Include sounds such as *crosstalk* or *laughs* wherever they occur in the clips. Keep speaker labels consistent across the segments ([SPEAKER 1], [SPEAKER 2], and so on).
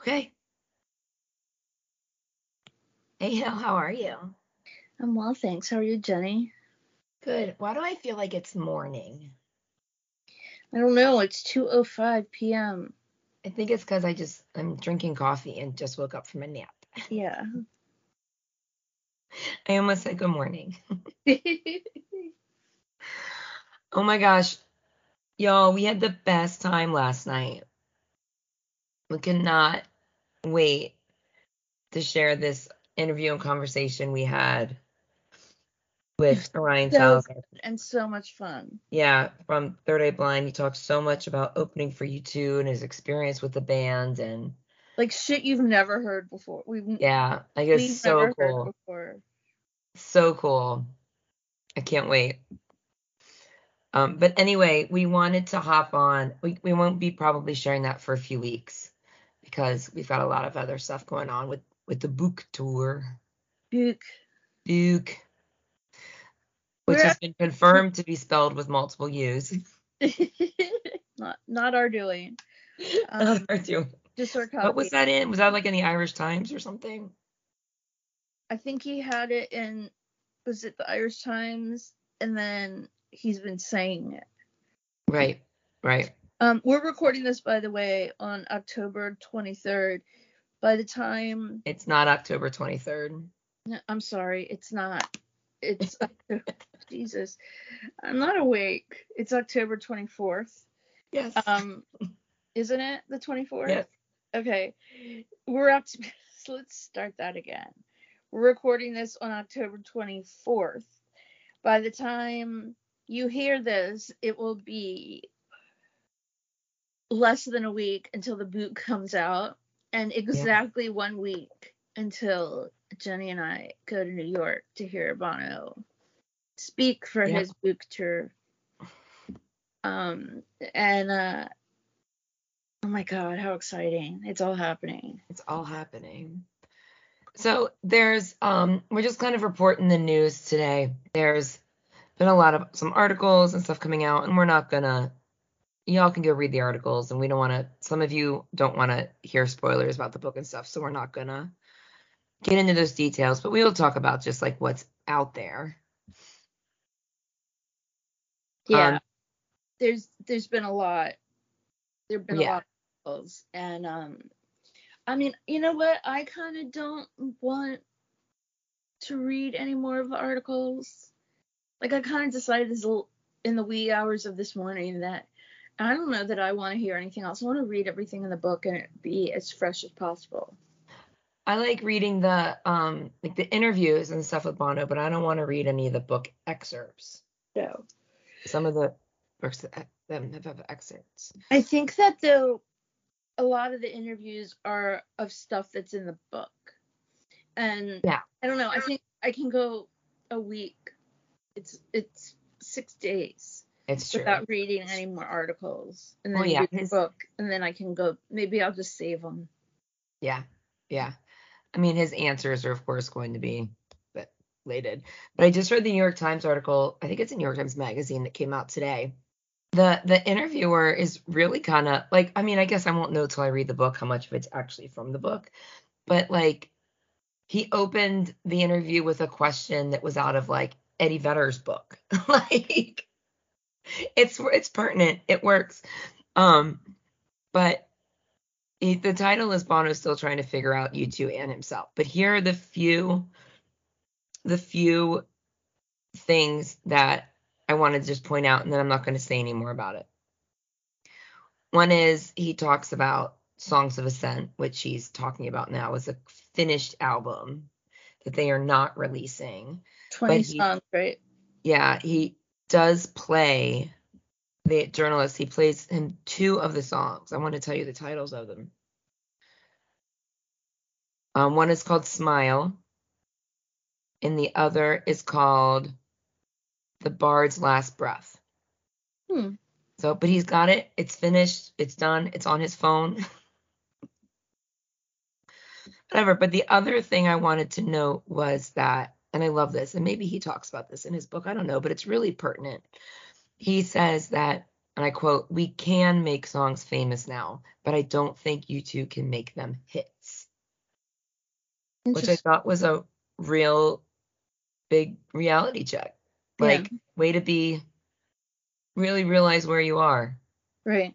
[SPEAKER 1] Okay. Ayo, how are you?
[SPEAKER 2] I'm well, thanks. How are you, Jenny?
[SPEAKER 1] Good. Why do I feel like it's morning?
[SPEAKER 2] I don't know. It's 2:05 p.m.
[SPEAKER 1] I think it's because I just I'm drinking coffee and just woke up from a nap.
[SPEAKER 2] Yeah.
[SPEAKER 1] I almost said good morning. Oh my gosh. Y'all, we had the best time last night. We cannot wait to share this interview and conversation we had with Orion
[SPEAKER 2] So-
[SPEAKER 1] Salazar.
[SPEAKER 2] *laughs* and so much fun.
[SPEAKER 1] Yeah, from Third Eye Blind, he talks so much about opening for you two and his experience with the band, and
[SPEAKER 2] Like shit you've never heard before. We've
[SPEAKER 1] yeah, like
[SPEAKER 2] we've
[SPEAKER 1] it's so
[SPEAKER 2] never
[SPEAKER 1] cool,
[SPEAKER 2] heard before.
[SPEAKER 1] so cool. I can't wait. Um, but anyway, we wanted to hop on. We we won't be probably sharing that for a few weeks because we've got a lot of other stuff going on with with the book tour,
[SPEAKER 2] Duke. *laughs*
[SPEAKER 1] book, which
[SPEAKER 2] We're
[SPEAKER 1] has been confirmed to be spelled with multiple U's.
[SPEAKER 2] not not
[SPEAKER 1] *laughs*
[SPEAKER 2] our doing. Um, just our copy.
[SPEAKER 1] what was that in? Was that like in the Irish Times or something?
[SPEAKER 2] I think he had it in was it the Irish Times and then he's been saying it.
[SPEAKER 1] Right, right.
[SPEAKER 2] Um, we're recording this, by the way, on October 23rd. By the time,
[SPEAKER 1] It's not October 23rd.
[SPEAKER 2] no, I'm sorry, it's not. It's *laughs* Jesus. I'm not awake. It's October 24th.
[SPEAKER 1] Yes.
[SPEAKER 2] Um, isn't it the 24th?
[SPEAKER 1] yes.
[SPEAKER 2] Okay. We're up. so *laughs* let's start that again. We're recording this on October 24th. By the time you hear this, it will be less than a week until the boot comes out, and exactly one week until Jenny and I go to New York to hear Bono speak for
[SPEAKER 1] Yeah.
[SPEAKER 2] his book tour. Um, and uh, oh my God, how exciting! It's all happening.
[SPEAKER 1] It's all happening. So there's um we're just kind of reporting the news today. There's been a lot of some articles and stuff coming out and we're not gonna y'all can go read the articles and we don't wanna some of you don't wanna hear spoilers about the book and stuff, so we're not gonna get into those details, but we will talk about just like what's out there.
[SPEAKER 2] Yeah.
[SPEAKER 1] Um,
[SPEAKER 2] there's there's been a lot. There've been
[SPEAKER 1] Yeah.
[SPEAKER 2] a lot of articles, and um, I mean, you know what? I kind of don't want to read any more of the articles. Like I kind of decided this l- in the wee hours of this morning that I don't know that I want to hear anything else. I want to read everything in the book and it be as fresh as possible.
[SPEAKER 1] I like reading the um like the interviews and stuff with Bono, but I don't want to read any of the book excerpts.
[SPEAKER 2] So
[SPEAKER 1] Some of the books that them have have excerpts.
[SPEAKER 2] I think that though a lot of the interviews are of stuff that's in the book. And
[SPEAKER 1] Yeah.
[SPEAKER 2] I don't know, I think I can go a week. It's it's six days
[SPEAKER 1] It's true.
[SPEAKER 2] without reading any more articles and then
[SPEAKER 1] Oh, yeah,
[SPEAKER 2] read the
[SPEAKER 1] his-
[SPEAKER 2] book and then I can go maybe I'll just save them.
[SPEAKER 1] Yeah. Yeah. I mean, his answers are, of course, going to be but related. But I just read the New York Times article. I think it's a New York Times magazine that came out today. The the interviewer is really kind of like, I mean, I guess I won't know till I read the book how much of it's actually from the book. But like, he opened the interview with a question that was out of like Eddie Vedder's book. *laughs* like, it's it's pertinent. It works. Um, but he, the title is Bono still trying to figure out you two and himself. But here are the few, the few things that I wanted to just point out, and then I'm not going to say any more about it. One is he talks about Songs of Ascent, which he's talking about now is a finished album that they are not releasing.
[SPEAKER 2] Twenty
[SPEAKER 1] he-
[SPEAKER 2] songs, right?
[SPEAKER 1] Yeah, he does play the journalist. He plays him two of the songs. I want to tell you the titles of them. Um, one is called Smile, and the other is called The Bard's Last Breath.
[SPEAKER 2] Hmm.
[SPEAKER 1] So, but he's got it. It's finished. It's done. It's on his phone. Whatever. But the other thing I wanted to note was that, and I love this, and maybe he talks about this in his book. I don't know, but it's really pertinent. He says that and I quote, "We can make songs famous now, but I don't think you two can make them hits," which I thought was a real big reality check.
[SPEAKER 2] Yeah.
[SPEAKER 1] Like, way to be, really realize where you are,
[SPEAKER 2] right.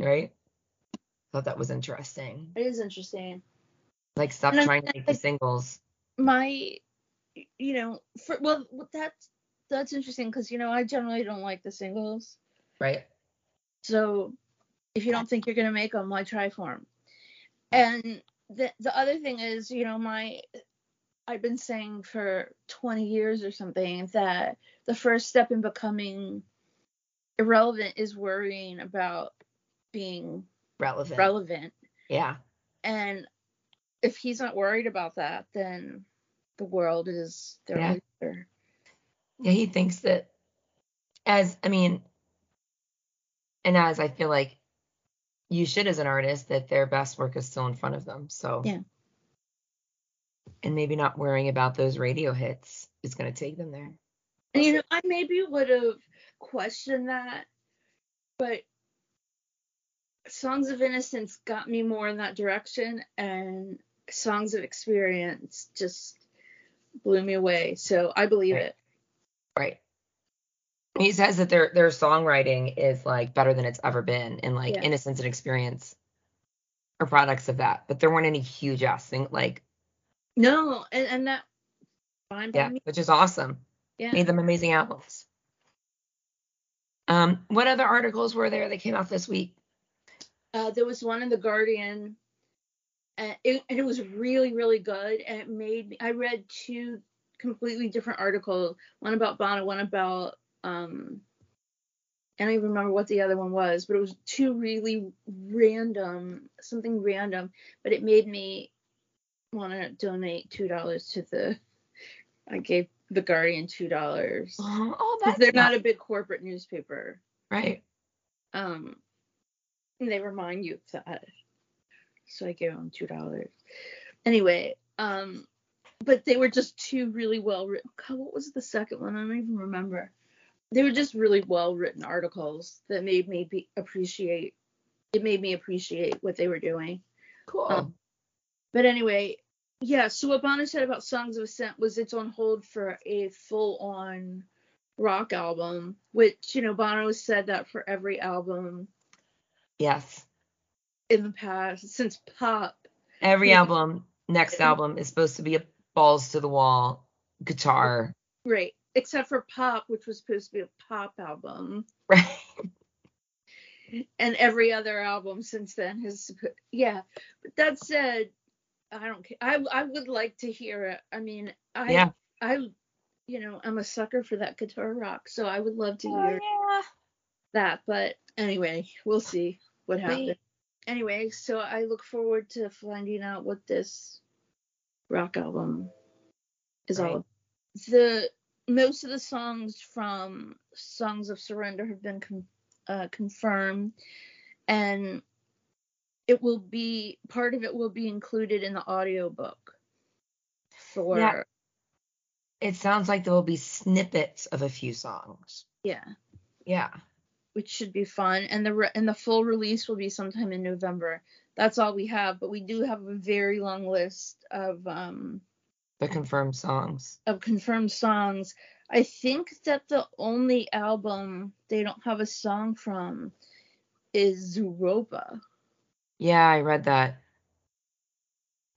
[SPEAKER 1] right? Thought that was interesting.
[SPEAKER 2] It is interesting.
[SPEAKER 1] Like, stop
[SPEAKER 2] And I
[SPEAKER 1] trying to
[SPEAKER 2] think
[SPEAKER 1] make
[SPEAKER 2] that-
[SPEAKER 1] these singles.
[SPEAKER 2] My, you know, for, well, that's that's interesting because you know I generally don't like the singles.
[SPEAKER 1] Right.
[SPEAKER 2] So if you don't think you're gonna make them, why try for them? And the the other thing is, you know, my I've been saying for 20 years or something that the first step in becoming irrelevant is worrying about being
[SPEAKER 1] Relevant.
[SPEAKER 2] relevant.
[SPEAKER 1] yeah.
[SPEAKER 2] And if he's not worried about that, then the world is their
[SPEAKER 1] Yeah.
[SPEAKER 2] oyster.
[SPEAKER 1] Yeah, he thinks that as I mean, and as I feel like you should as an artist that their best work is still in front of them. So
[SPEAKER 2] Yeah.
[SPEAKER 1] And maybe not worrying about those radio hits is going to take them there.
[SPEAKER 2] And you know, I maybe would have questioned that, but Songs of Innocence got me more in that direction, and Songs of Experience just blew me away. So I believe
[SPEAKER 1] Right.
[SPEAKER 2] it.
[SPEAKER 1] Right. He says that their their songwriting is like better than it's ever been, and like
[SPEAKER 2] Yeah.
[SPEAKER 1] innocence and experience are products of that. But there weren't any huge ass thing like
[SPEAKER 2] No, and, and that fine by
[SPEAKER 1] yeah,
[SPEAKER 2] me.
[SPEAKER 1] which is awesome.
[SPEAKER 2] Yeah.
[SPEAKER 1] made them amazing albums. Um, what other articles were there that came out this week?
[SPEAKER 2] Uh, there was one in the Guardian, and it, and it was really really good, and it made me. I read two completely different articles, one about Bono, one about um, I don't even remember what the other one was, but it was two really random something random, but it made me want to donate two dollars to the. I gave the Guardian two dollars.
[SPEAKER 1] Oh,
[SPEAKER 2] They're not a big corporate newspaper.
[SPEAKER 1] right.
[SPEAKER 2] Um, and they remind you of that. So I gave them two dollars. Anyway, um, but they were just two really well written. God, what was the second one? I don't even remember. They were just really well written articles that made me be, appreciate. It made me appreciate what they were doing.
[SPEAKER 1] Cool.
[SPEAKER 2] Um, But anyway, yeah, so what Bono said about Songs of Ascent was it's on hold for a full on rock album, which, you know, Bono has said that for every album
[SPEAKER 1] yes.
[SPEAKER 2] in the past since pop.
[SPEAKER 1] Every
[SPEAKER 2] yeah.
[SPEAKER 1] album, next album is supposed to be a balls to the wall guitar. *laughs*
[SPEAKER 2] Right. Except for pop, which was supposed to be a pop album.
[SPEAKER 1] Right.
[SPEAKER 2] and every other album since then has yeah but that said i don't care i, I would like to hear it i mean i
[SPEAKER 1] Yeah.
[SPEAKER 2] i you know i'm a sucker for that guitar rock so i would love to hear
[SPEAKER 1] Oh, yeah.
[SPEAKER 2] that but anyway we'll see what happens
[SPEAKER 1] Wait.
[SPEAKER 2] anyway so i look forward to finding out what this rock album is all
[SPEAKER 1] Right.
[SPEAKER 2] about the most of the songs from songs of surrender have been con- uh, confirmed and it will be part of it will be included in the audiobook for yeah,
[SPEAKER 1] Yeah. It sounds like there will be snippets of a few songs. Yeah.
[SPEAKER 2] which should be fun and the re- and the full release will be sometime in november that's all we have but we do have a very long list of um
[SPEAKER 1] The confirmed songs.
[SPEAKER 2] of confirmed songs. I think that the only album they don't have a song from is Europa.
[SPEAKER 1] Yeah, I read that.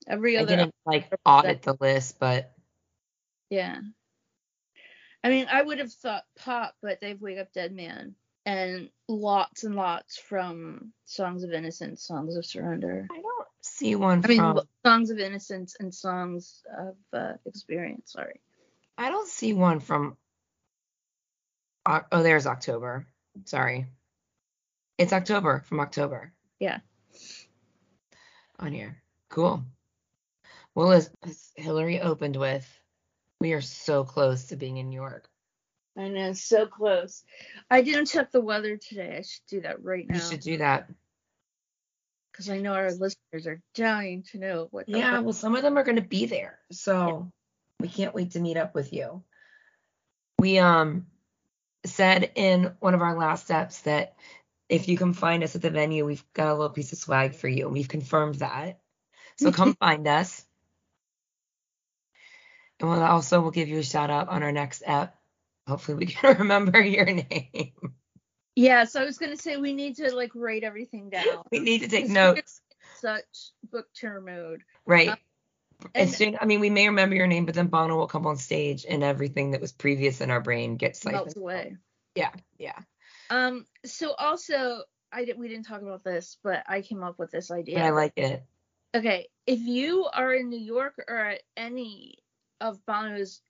[SPEAKER 2] Every
[SPEAKER 1] I
[SPEAKER 2] other,
[SPEAKER 1] didn't like audit the list, but
[SPEAKER 2] yeah. I mean, I would have thought pop, but they've Wake Up Dead Man and lots and lots from Songs of Innocence, Songs of Surrender.
[SPEAKER 1] I don't see one
[SPEAKER 2] I mean,
[SPEAKER 1] from
[SPEAKER 2] Songs of Innocence and Songs of uh, Experience. Sorry.
[SPEAKER 1] I don't see one from. Oc- Oh, there's October. Sorry. It's October from October.
[SPEAKER 2] Yeah.
[SPEAKER 1] On here. Cool. Well, as, as Hillary opened with, we are so close to being in New York.
[SPEAKER 2] I know, so close. I didn't check the weather today. I should do that right now.
[SPEAKER 1] You should do that.
[SPEAKER 2] because I know our listeners are dying to know what. the-
[SPEAKER 1] Yeah. Well, some of them are going to be there. So we can't wait to meet up with you. We, um, said in one of our last steps that if you can find us at the venue, we've got a little piece of swag for you. And we've confirmed that. So come find us. And we'll also we'll give you a shout out on our next app. Hopefully we can *laughs* remember your name.
[SPEAKER 2] Yeah, so I was gonna say we need to like write everything *laughs* down.
[SPEAKER 1] we need to take
[SPEAKER 2] It's
[SPEAKER 1] notes.
[SPEAKER 2] Such book tour mode.
[SPEAKER 1] Right.
[SPEAKER 2] Um,
[SPEAKER 1] As
[SPEAKER 2] and-
[SPEAKER 1] soon I mean we may remember your name, but then Bono will come on stage and everything that was previous in our brain gets
[SPEAKER 2] melts
[SPEAKER 1] like
[SPEAKER 2] away.
[SPEAKER 1] Yeah.
[SPEAKER 2] Um. So also, I did, we didn't talk about this, but I came up with this idea.
[SPEAKER 1] But I like it.
[SPEAKER 2] Okay, if you are in New York or at any of Bono's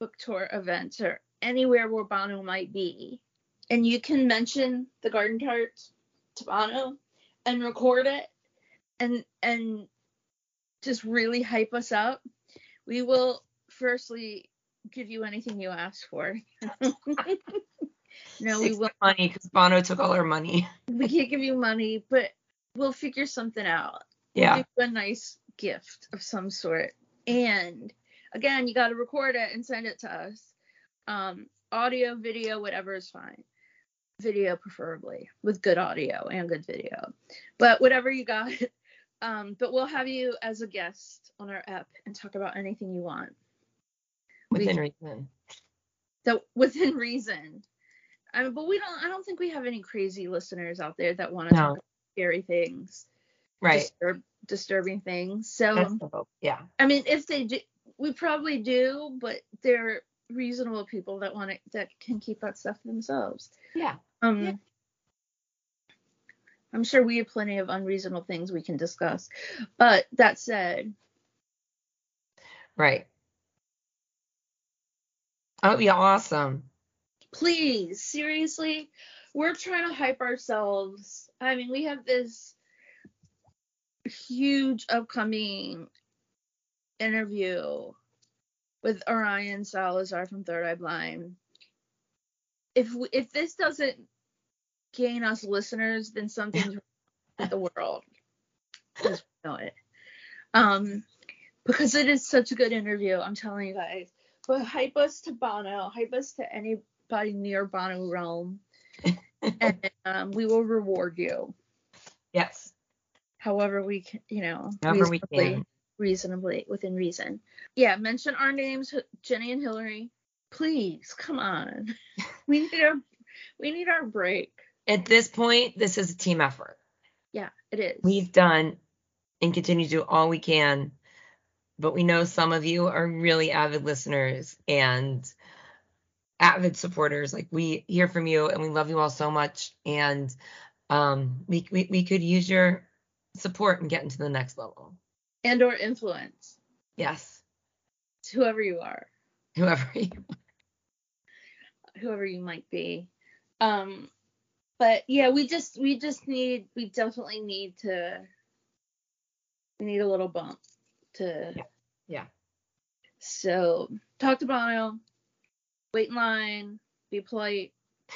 [SPEAKER 2] book tour events or anywhere where Bono might be, and you can mention the garden tart to Bono and record it and and just really hype us up, we will firstly give you anything you ask for. *laughs* no, we
[SPEAKER 1] Six
[SPEAKER 2] will
[SPEAKER 1] money because Bono took all our money. *laughs*
[SPEAKER 2] we can't give you money, but we'll figure something out
[SPEAKER 1] Yeah.
[SPEAKER 2] give you a nice gift of some sort. And again, you got to record it and send it to us. Um, audio, video, whatever is fine. Video, preferably, with good audio and good video. But whatever you got. *laughs* Um, but we'll have you as a guest on our app and talk about anything you want we-
[SPEAKER 1] Within reason.
[SPEAKER 2] that within *laughs* reason. I mean, but we don't. I don't think we have any crazy listeners out there that want to
[SPEAKER 1] No.
[SPEAKER 2] talk about scary things,
[SPEAKER 1] Right.
[SPEAKER 2] disturb, disturbing things. So
[SPEAKER 1] That's the hope. Yeah.
[SPEAKER 2] I mean, if they do, we probably do, but they're reasonable people that want it that can keep that stuff to themselves.
[SPEAKER 1] Yeah.
[SPEAKER 2] Um,
[SPEAKER 1] Yeah.
[SPEAKER 2] I'm sure we have plenty of unreasonable things we can discuss, but that said,
[SPEAKER 1] Right. That would be awesome.
[SPEAKER 2] please, seriously, we're trying to hype ourselves. I mean, we have this huge upcoming interview with Orion Salazar from Third Eye Blind. If we, if this doesn't gain us listeners, then something's wrong with the world. Just know it. Um, because it is such a good interview. I'm telling you guys. But hype us to Bono. Hype us to anybody near Bono
[SPEAKER 1] *laughs*
[SPEAKER 2] realm, and um, we will reward you
[SPEAKER 1] Yes.
[SPEAKER 2] however we can. You know,
[SPEAKER 1] However we
[SPEAKER 2] reasonably-
[SPEAKER 1] can.
[SPEAKER 2] reasonably within reason. Yeah, mention our names, H- Jenny and Hillary. Please,
[SPEAKER 1] *laughs*
[SPEAKER 2] come on. We need our we need our break.
[SPEAKER 1] At this point, this is a team effort.
[SPEAKER 2] Yeah, it is.
[SPEAKER 1] We've done and continue to do all we can, but we know some of you are really avid listeners and avid supporters. Like we hear from you and we love you all so much. And um, we, we, we could use your support and get into the next level.
[SPEAKER 2] and or influence
[SPEAKER 1] Yes. *laughs*
[SPEAKER 2] It's whoever you are,
[SPEAKER 1] Whoever you
[SPEAKER 2] whoever you might be. Um, but yeah, we just we just need we definitely need to we need a little bump to
[SPEAKER 1] Yeah, yeah.
[SPEAKER 2] So talk to Bono, wait in line, be polite,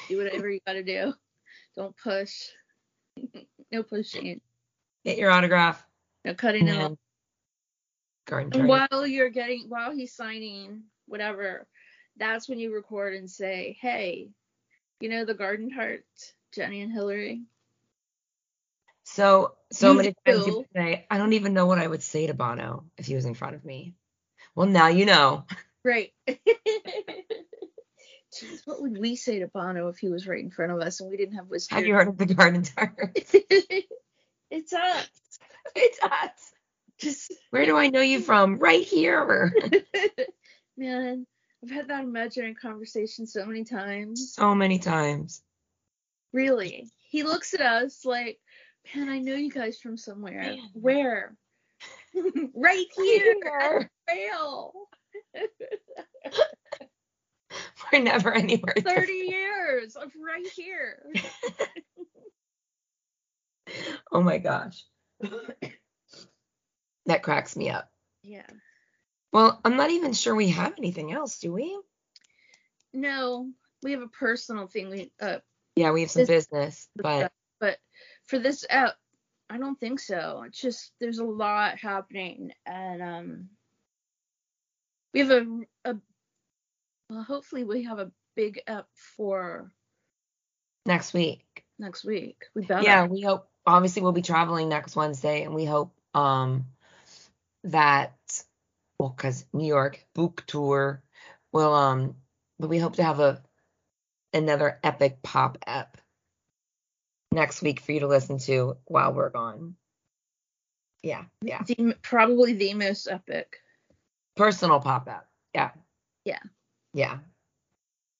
[SPEAKER 2] do whatever you gotta do.
[SPEAKER 1] *laughs*
[SPEAKER 2] Don't push. *laughs* no pushing.
[SPEAKER 1] get your autograph.
[SPEAKER 2] No cutting it off.
[SPEAKER 1] and garden
[SPEAKER 2] And
[SPEAKER 1] party.
[SPEAKER 2] while you're getting, while he's signing, whatever, that's when you record and say, hey, you know the garden tart, Jenny and Hillary?
[SPEAKER 1] So so
[SPEAKER 2] You
[SPEAKER 1] many times
[SPEAKER 2] do.
[SPEAKER 1] people say, I don't even know what I would say to Bono if he was in front of me. Well, now you know.
[SPEAKER 2] Right. Jeez, what would we say to Bono if he was right in front of us and we didn't have whiskey?
[SPEAKER 1] Have you heard of the garden tart?
[SPEAKER 2] *laughs* it's up.
[SPEAKER 1] it's us.
[SPEAKER 2] Just,
[SPEAKER 1] Where do I know you from? Right here.
[SPEAKER 2] man, I've had that imaginary conversation so many times.
[SPEAKER 1] so many times.
[SPEAKER 2] Really. He looks at us like, man, I know you guys from somewhere.
[SPEAKER 1] Man. *laughs*
[SPEAKER 2] Where? *laughs* right here. at
[SPEAKER 1] Here.
[SPEAKER 2] the Rail.
[SPEAKER 1] *laughs* We're never anywhere.
[SPEAKER 2] 30 years of right here.
[SPEAKER 1] different. *laughs* Oh my gosh. that cracks me up.
[SPEAKER 2] Yeah.
[SPEAKER 1] Well, I'm not even sure we have anything else, do we?
[SPEAKER 2] No, we have a personal thing we uh
[SPEAKER 1] Yeah, we have some
[SPEAKER 2] This-
[SPEAKER 1] business,
[SPEAKER 2] *laughs*
[SPEAKER 1] but
[SPEAKER 2] but for this uh I don't think so. It's just there's a lot happening and um we have a a well hopefully we have a big up for
[SPEAKER 1] next week.
[SPEAKER 2] next week. We better.
[SPEAKER 1] Yeah, we hope obviously we'll be traveling next Wednesday and we hope um that well cuz New York book tour will um but we hope to have a another epic pop up next week for you to listen to while we're gone. Yeah, yeah.
[SPEAKER 2] The, probably the most epic.
[SPEAKER 1] Personal pop up. Yeah.
[SPEAKER 2] Yeah.
[SPEAKER 1] Yeah.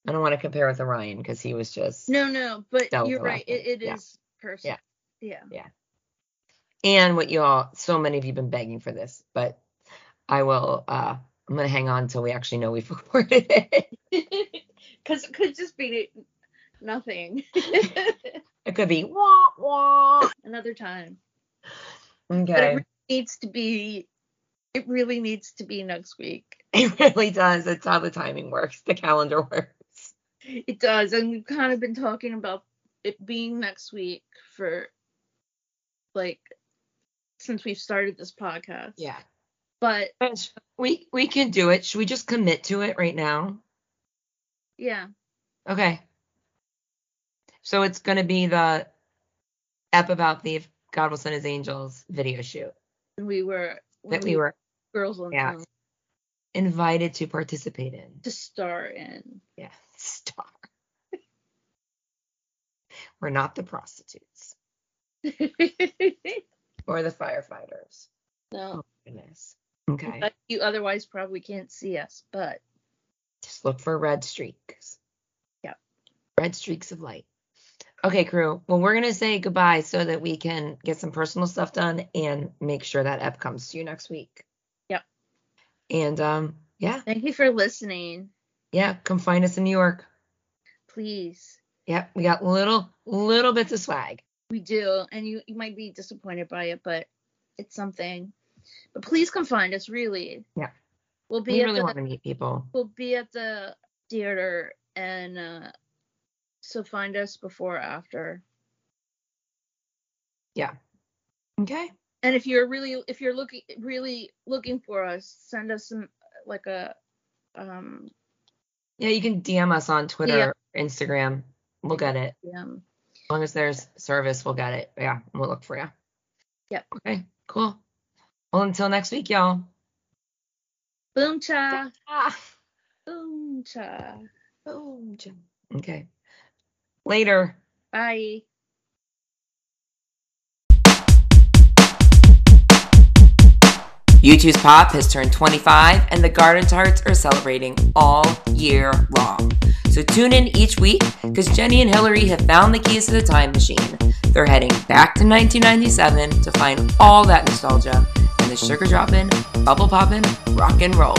[SPEAKER 1] I don't want to compare with Orion because he was just
[SPEAKER 2] No, no, but
[SPEAKER 1] That was
[SPEAKER 2] you're
[SPEAKER 1] the last
[SPEAKER 2] right. It, it
[SPEAKER 1] one. Yeah.
[SPEAKER 2] is personal. Yeah.
[SPEAKER 1] and what you all so many of you have been begging for this but i will uh i'm gonna hang on until we actually know we've *laughs* recorded it
[SPEAKER 2] *laughs* Because it could just be nothing.
[SPEAKER 1] it could be wah wah
[SPEAKER 2] Another time. But it
[SPEAKER 1] okay
[SPEAKER 2] really needs to be. It really needs to be next week.
[SPEAKER 1] *laughs* it really does it's how the timing works the calendar *laughs* works
[SPEAKER 2] It does, and we've kind of been talking about it being next week for like since we've started this podcast.
[SPEAKER 1] yeah
[SPEAKER 2] But
[SPEAKER 1] we we can do it should we just commit to it right now
[SPEAKER 2] yeah,
[SPEAKER 1] okay so it's gonna be the ep about the If god will send his angels video shoot
[SPEAKER 2] we were
[SPEAKER 1] that we were
[SPEAKER 2] girls on
[SPEAKER 1] Yeah.
[SPEAKER 2] Film
[SPEAKER 1] invited to participate in
[SPEAKER 2] to star in. *laughs*
[SPEAKER 1] Yeah, star. *laughs* We're not the prostitutes or the firefighters.
[SPEAKER 2] no,
[SPEAKER 1] Goodness.
[SPEAKER 2] Mm-hmm.
[SPEAKER 1] Okay.
[SPEAKER 2] but you otherwise probably can't see us, but
[SPEAKER 1] Just look for red streaks.
[SPEAKER 2] Yep.
[SPEAKER 1] Red streaks of light. Okay, crew. Well, we're going to say goodbye so that we can get some personal stuff done and make sure that ep comes to you next week.
[SPEAKER 2] Yep.
[SPEAKER 1] And um, yeah,
[SPEAKER 2] thank you for listening.
[SPEAKER 1] yeah, come find us in New York.
[SPEAKER 2] Please,
[SPEAKER 1] Yep, we got little little bits of swag.
[SPEAKER 2] we do, and you you might be disappointed by it, but it's something. But please come find us, really.
[SPEAKER 1] Yeah.
[SPEAKER 2] We'll be
[SPEAKER 1] We
[SPEAKER 2] at
[SPEAKER 1] really
[SPEAKER 2] the
[SPEAKER 1] want to meet people.
[SPEAKER 2] we'll be at the theater and uh, so find us before or after
[SPEAKER 1] Okay.
[SPEAKER 2] and if you're really if you're looking really looking for us send us some like a um
[SPEAKER 1] Yeah, you can DM us on Twitter, Instagram. We'll get it.
[SPEAKER 2] um
[SPEAKER 1] As long as there's service, we'll get it. Yeah, we'll look for you.
[SPEAKER 2] Yep.
[SPEAKER 1] Okay, cool. Well, until next week, y'all.
[SPEAKER 2] boom cha boom cha
[SPEAKER 1] Okay. Later.
[SPEAKER 2] bye
[SPEAKER 1] YouTube's Pop has turned 25 and the Garden Tarts are celebrating all year long. So tune in each week because Jenny and Hillary have found the keys to the time machine. They're heading back to 1997 to find all that nostalgia and the sugar dropping, bubble popping, rock and roll.